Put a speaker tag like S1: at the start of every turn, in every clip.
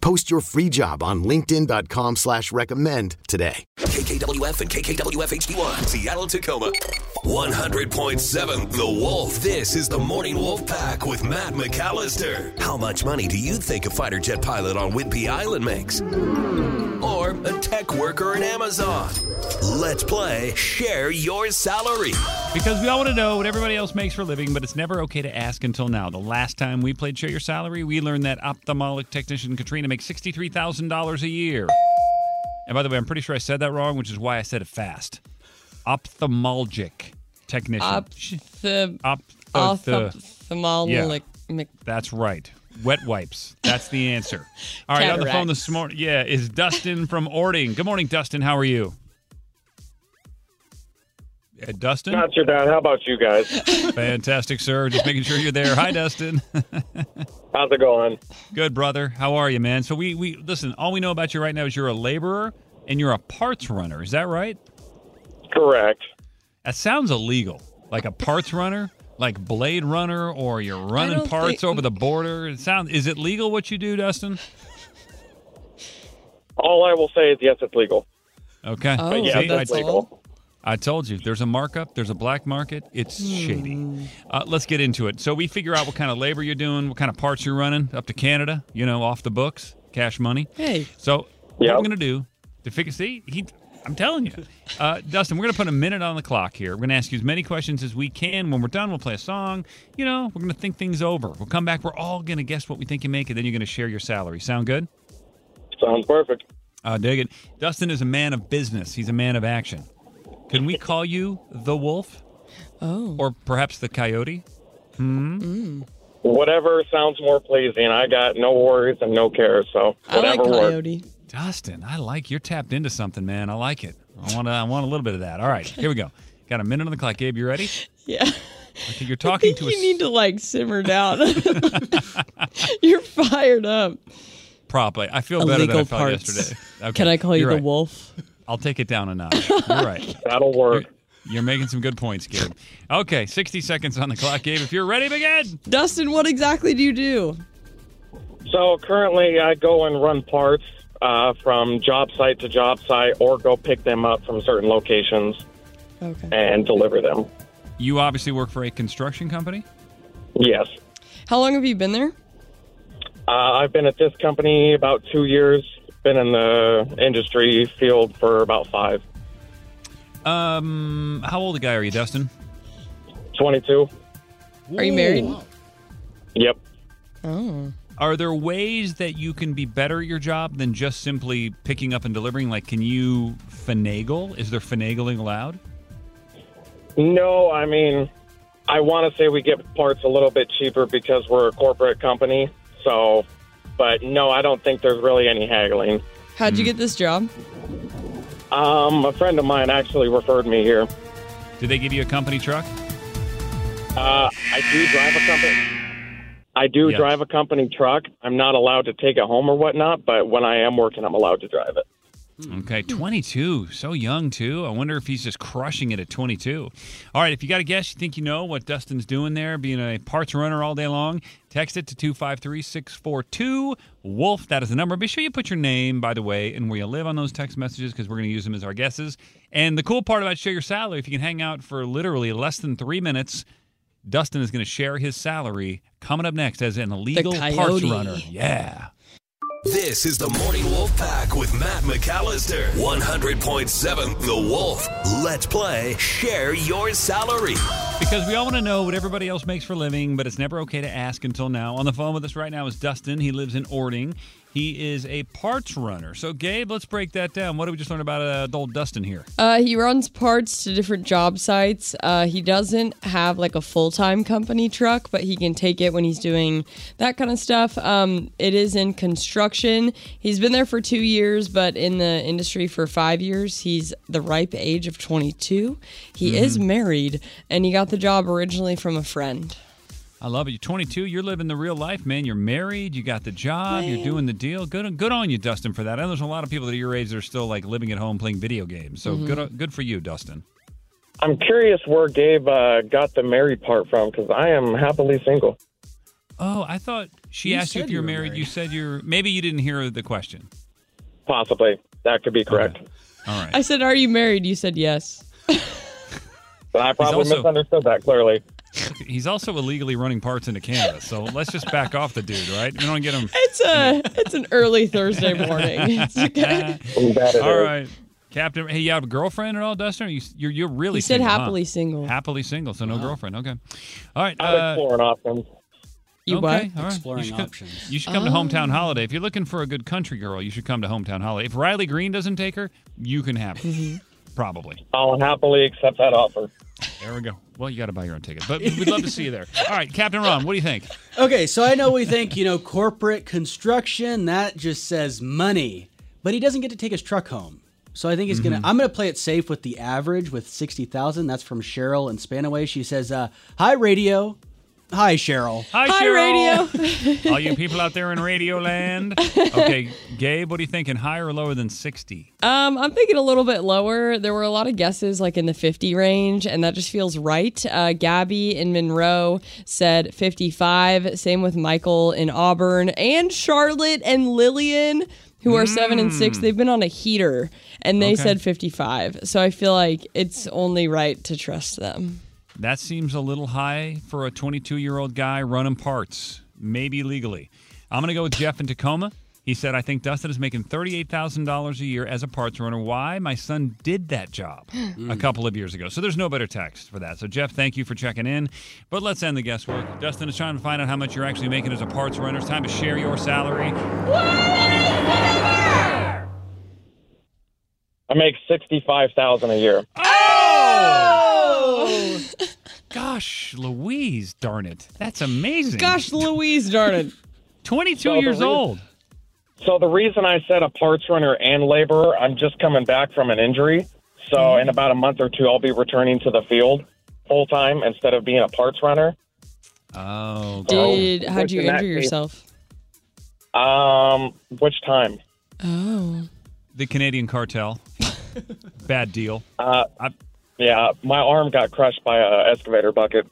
S1: Post your free job on linkedin.com slash recommend today.
S2: KKWF and KKWF HD1, Seattle, Tacoma. 100.7 The Wolf. This is the Morning Wolf Pack with Matt McAllister. How much money do you think a fighter jet pilot on Whidbey Island makes? Or a tech worker in Amazon? Let's play Share Your Salary.
S3: Because we all want to know what everybody else makes for a living, but it's never okay to ask until now. The last time we played Share Your Salary, we learned that ophthalmic technician Katrina makes $63,000 a year. And by the way, I'm pretty sure I said that wrong, which is why I said it fast. Ophthalmologic technician.
S4: Ophthalmologic.
S3: Op- uh, the- that's right. Wet wipes. That's the answer. All right, on the phone this
S4: Cataracts.
S3: morning, yeah, is Dustin from Ording. Good morning, Dustin. How are you? Yeah, Dustin?
S5: Not too bad. How about you guys?
S3: Fantastic, sir. Just making sure you're there. Hi, Dustin.
S5: How's it going?
S3: Good, brother. How are you, man? So we we listen. All we know about you right now is you're a laborer and you're a parts runner. Is that right?
S5: Correct.
S3: That sounds illegal. Like a parts runner, like Blade Runner, or you're running
S4: don't
S3: parts
S4: think-
S3: over the border. It sounds. Is it legal what you do, Dustin?
S5: All I will say is yes, it's legal.
S3: Okay.
S4: Oh,
S5: But yeah,
S3: See,
S4: that's
S5: it's
S3: I,
S4: all.
S5: legal.
S3: I told you. There's a markup. There's a black market.
S4: Hmm.
S3: It's shady. Uh, let's get into it. So we figure out what kind of labor you're doing, what kind of parts you're running up to Canada. You know, off the books, cash money.
S4: Hey.
S3: So
S5: Yep.
S3: what we're gonna do to figure see he. I'm telling you, uh, Dustin. We're gonna put a minute on the clock here. We're gonna ask you as many questions as we can. When we're done, we'll play a song. You know, we're gonna think things over. We'll come back. We're all gonna guess what we think you make, and then you're gonna share your salary. Sound good?
S5: Sounds perfect.
S3: I dig it. Dustin is a man of business. He's a man of action. Can we call you the Wolf
S4: Oh.
S3: or perhaps the Coyote?
S5: Whatever sounds more pleasing. I got no worries and no cares. So
S4: I like
S5: whatever works.
S4: coyote.
S3: Dustin, I like you're tapped into something, man. I like it. I want to. I want a little bit of that. All right, here we go. Got a minute on the clock, Gabe. You ready?
S4: Yeah.
S3: Okay, you're
S4: I
S3: talking
S4: think
S3: to
S4: you
S3: a s-
S4: need to like simmer down. You're fired up.
S3: probably. I feel better than I
S4: Illegal
S3: felt
S4: parts.
S3: yesterday. Okay,
S4: Can I call you
S3: you're
S4: the
S3: right.
S4: wolf?
S3: I'll take it down a notch. You're right.
S5: That'll work.
S3: You're making some good points, Gabe. Okay, 60 seconds on the clock, Gabe. If you're ready, begin.
S4: Dustin, what exactly do you do?
S5: So currently, I go and run parts uh, from job site to job site, or go pick them up from certain locations
S4: Okay.
S5: and deliver them.
S3: You obviously work for a construction company.
S5: Yes.
S4: How long have you been there?
S5: Uh, I've been at this company about two years. Been in the industry field for about five.
S3: Um, how old a guy are you, Dustin?
S5: 22.
S4: Are you married?
S5: Yep.
S4: Oh.
S3: Are there ways that you can be better at your job than just simply picking up and delivering? Like, can you finagle? Is there finagling allowed?
S5: No, I mean, I want to say we get parts a little bit cheaper because we're a corporate company. So, but no, I don't think there's really any haggling.
S4: How'd
S3: Hmm.
S4: you get this job?
S5: Um, a friend of mine actually referred me here.
S3: Did they give you a company truck?
S5: Uh, I do drive a company. I do
S3: Yeah.
S5: drive a company truck. I'm not allowed to take it home or whatnot, but when I am working, I'm allowed to drive it.
S3: Okay, 22, so young too. I wonder if he's just crushing it at 22. All right, if you got a guess, you think you know what Dustin's doing there, being a parts runner all day long, text it to 253 642 Wolf. That is the number. Be sure you put your name, by the way, and where you live on those text messages because we're going to use them as our guesses. And the cool part about Share Your Salary, if you can hang out for literally less than three minutes, Dustin is going to share his salary coming up next as an illegal parts
S4: coyote.
S3: runner. Yeah.
S2: This is the Morning Wolf Pack with Matt McAllister. 100.7 The Wolf. Let's play Share Your Salary.
S3: Because we all want to know what everybody else makes for a living, but it's never okay to ask until now. On the phone with us right now is Dustin. He lives in Ording. He is a parts runner. So, Gabe, let's break that down. What did we just learn about uh, old Dustin here?
S4: Uh, he runs parts to different job sites. Uh, he doesn't have like a full time company truck, but he can take it when he's doing that kind of stuff. Um, it is in construction. He's been there for two years, but in the industry for five years. He's the ripe age of 22. He is married, and he got the job originally from a friend.
S3: I love it. You're 22. You're living the real life, man. You're married. You got the job. You're doing the deal. Good, on- good on you, Dustin, for that. I know there's a lot of people that are your age that are still like living at home playing video games. So good, on- good for you, Dustin.
S5: I'm curious where Gabe uh, got the married part from because I am happily single.
S3: Oh, I thought she
S6: You
S3: asked you
S6: said
S3: if you're
S6: you were
S3: married.
S6: married.
S3: You said you're. Maybe you didn't hear the question.
S5: Possibly. That could be correct.
S3: All right.
S4: I said, Are you married? You said yes.
S5: But I probably
S3: also-
S5: misunderstood that clearly.
S3: He's also illegally running parts into Canada. So let's just back off the dude, right? We don't get him.
S4: It's a it's an early Thursday morning. It's okay.
S5: That it
S3: All
S5: is.
S3: right. Captain, hey, you have a girlfriend at all, Dustin? Or you, you're, you're really
S4: He said
S3: single, huh?
S4: happily single.
S3: Happily single, so no girlfriend. Okay. All right.
S5: I'm
S3: uh,
S5: exploring options.
S4: You
S3: okay,
S4: what?
S3: all right.
S6: Exploring
S3: you should co-
S6: options.
S3: you should
S4: Oh.
S3: come to Hometown Holiday. If you're looking for a good country girl, you should come to Hometown Holiday. If Riley Green doesn't take her, you can have her.
S4: Mm-hmm.
S3: Probably.
S5: I'll happily accept that offer.
S3: There we go. Well, you got to buy your own ticket, but we'd love to see you there. All right, Captain Ron, what do you think?
S6: Okay, so I know we think, you know, corporate construction, that just says money. But he doesn't get to take his truck home. So I think he's gonna I'm gonna play it safe with the average with sixty thousand. That's from Cheryl in Spanaway. She says, uh, hi radio. Hi, Cheryl.
S3: Hi,
S4: Hi,
S3: Cheryl. radio. All you people out there in radio land. Okay, Gabe, what are you thinking? Higher or lower than 60?
S4: Um, I'm thinking a little bit lower. There were a lot of guesses like in the 50 range, and that just feels right. Uh, Gabby in Monroe said 55. Same with Michael in Auburn and Charlotte and Lillian, who are seven and
S3: Hmm.
S4: six. They've been on a heater, and they
S3: Okay.
S4: said 55. So I feel like it's only right to trust them.
S3: That seems a little high for a 22 year old guy running parts, maybe legally. I'm going to go with Jeff in Tacoma. He said, I think Dustin is making $38,000 a year as a parts runner. Why? My son did that job a couple of years ago. So there's no better text for that. So, Jeff, thank you for checking in. But let's end the guesswork. Dustin is trying to find out how much you're actually making as a parts runner. It's time to share your salary.
S5: I make sixty-five thousand a year.
S3: Oh! Gosh, Louise, darn it. That's amazing.
S4: Gosh, Louise, darn it.
S3: 22
S5: Well, the
S3: years
S5: reason-
S3: old.
S5: So the reason I said a parts runner and laborer, I'm just coming back from an injury. So in about a month or two, I'll be returning to the field full time instead of being a parts runner.
S3: Oh,
S5: Oh,
S4: Did how'd you
S5: in that
S4: injure
S5: case-
S4: yourself?
S5: Um, which time?
S4: Oh,
S3: the Canadian cartel. Bad deal.
S5: Yeah, my arm got crushed by a excavator bucket.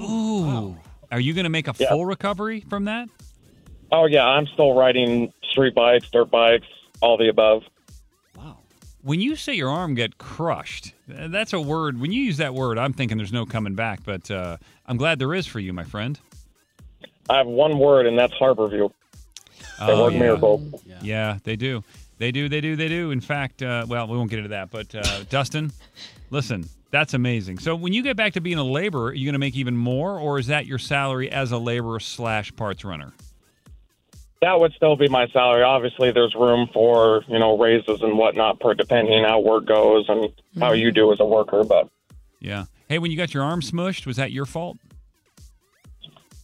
S3: Ooh. Are you going to make a
S5: Yeah.
S3: full recovery from that?
S5: Oh yeah, I'm still riding street bikes, dirt bikes, all the above.
S6: Wow.
S3: When you say your arm get crushed, uh, that's a word. When you use that word, I'm thinking there's no coming back, but uh, I'm glad there is for you, my friend.
S5: I have one word, and that's Harborview. They
S3: Oh,
S5: work
S3: yeah.
S5: miracles.
S3: Yeah, they do. They do, they do, they do. In fact, uh, well, we won't get into that, but uh, Dustin, listen, that's amazing. So when you get back to being a laborer, are you going to make even more, or is that your salary as a laborer slash parts runner?
S5: That would still be my salary. Obviously, there's room for you know raises and whatnot, per depending how work goes and how
S4: Mm-hmm.
S5: you do as a worker. But
S3: Yeah. Hey, when you got your arm smushed, was that your fault?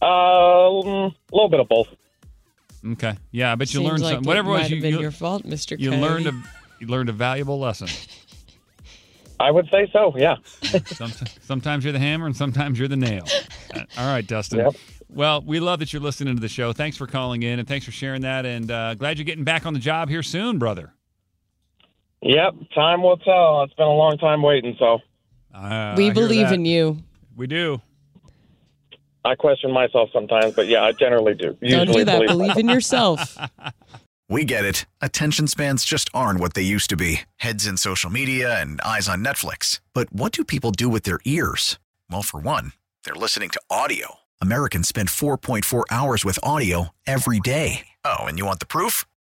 S5: Um, a little bit of both.
S3: Okay. Yeah, I bet you
S4: seems
S3: learned
S4: like
S3: something. Whatever
S4: it
S3: it
S4: might
S3: was,
S4: have
S3: you,
S4: been
S3: you,
S4: your fault, Mr.
S3: you
S4: K.
S3: learned a you learned a valuable lesson.
S5: I would say so. Yeah.
S3: Sometimes, sometimes you're the hammer and sometimes you're the nail. Uh, All right, Dustin.
S5: Yep.
S3: Well, we love that you're listening to the show. Thanks for calling in and thanks for sharing that. And uh, glad you're getting back on the job here soon, brother.
S5: Yep. Time will tell. It's been a long time waiting, so
S3: Uh,
S4: we believe in you.
S3: We do.
S5: I question myself sometimes. But yeah, I generally do.
S4: Don't
S5: Usually
S4: do that.
S5: believe-
S4: Believe in yourself.
S7: We get it. Attention spans just aren't what they used to be heads in social media and eyes on Netflix. But what do people do with their ears? Well, for one, they're listening to audio. Americans spend 4.4 hours with audio every day. Oh, and you want the proof?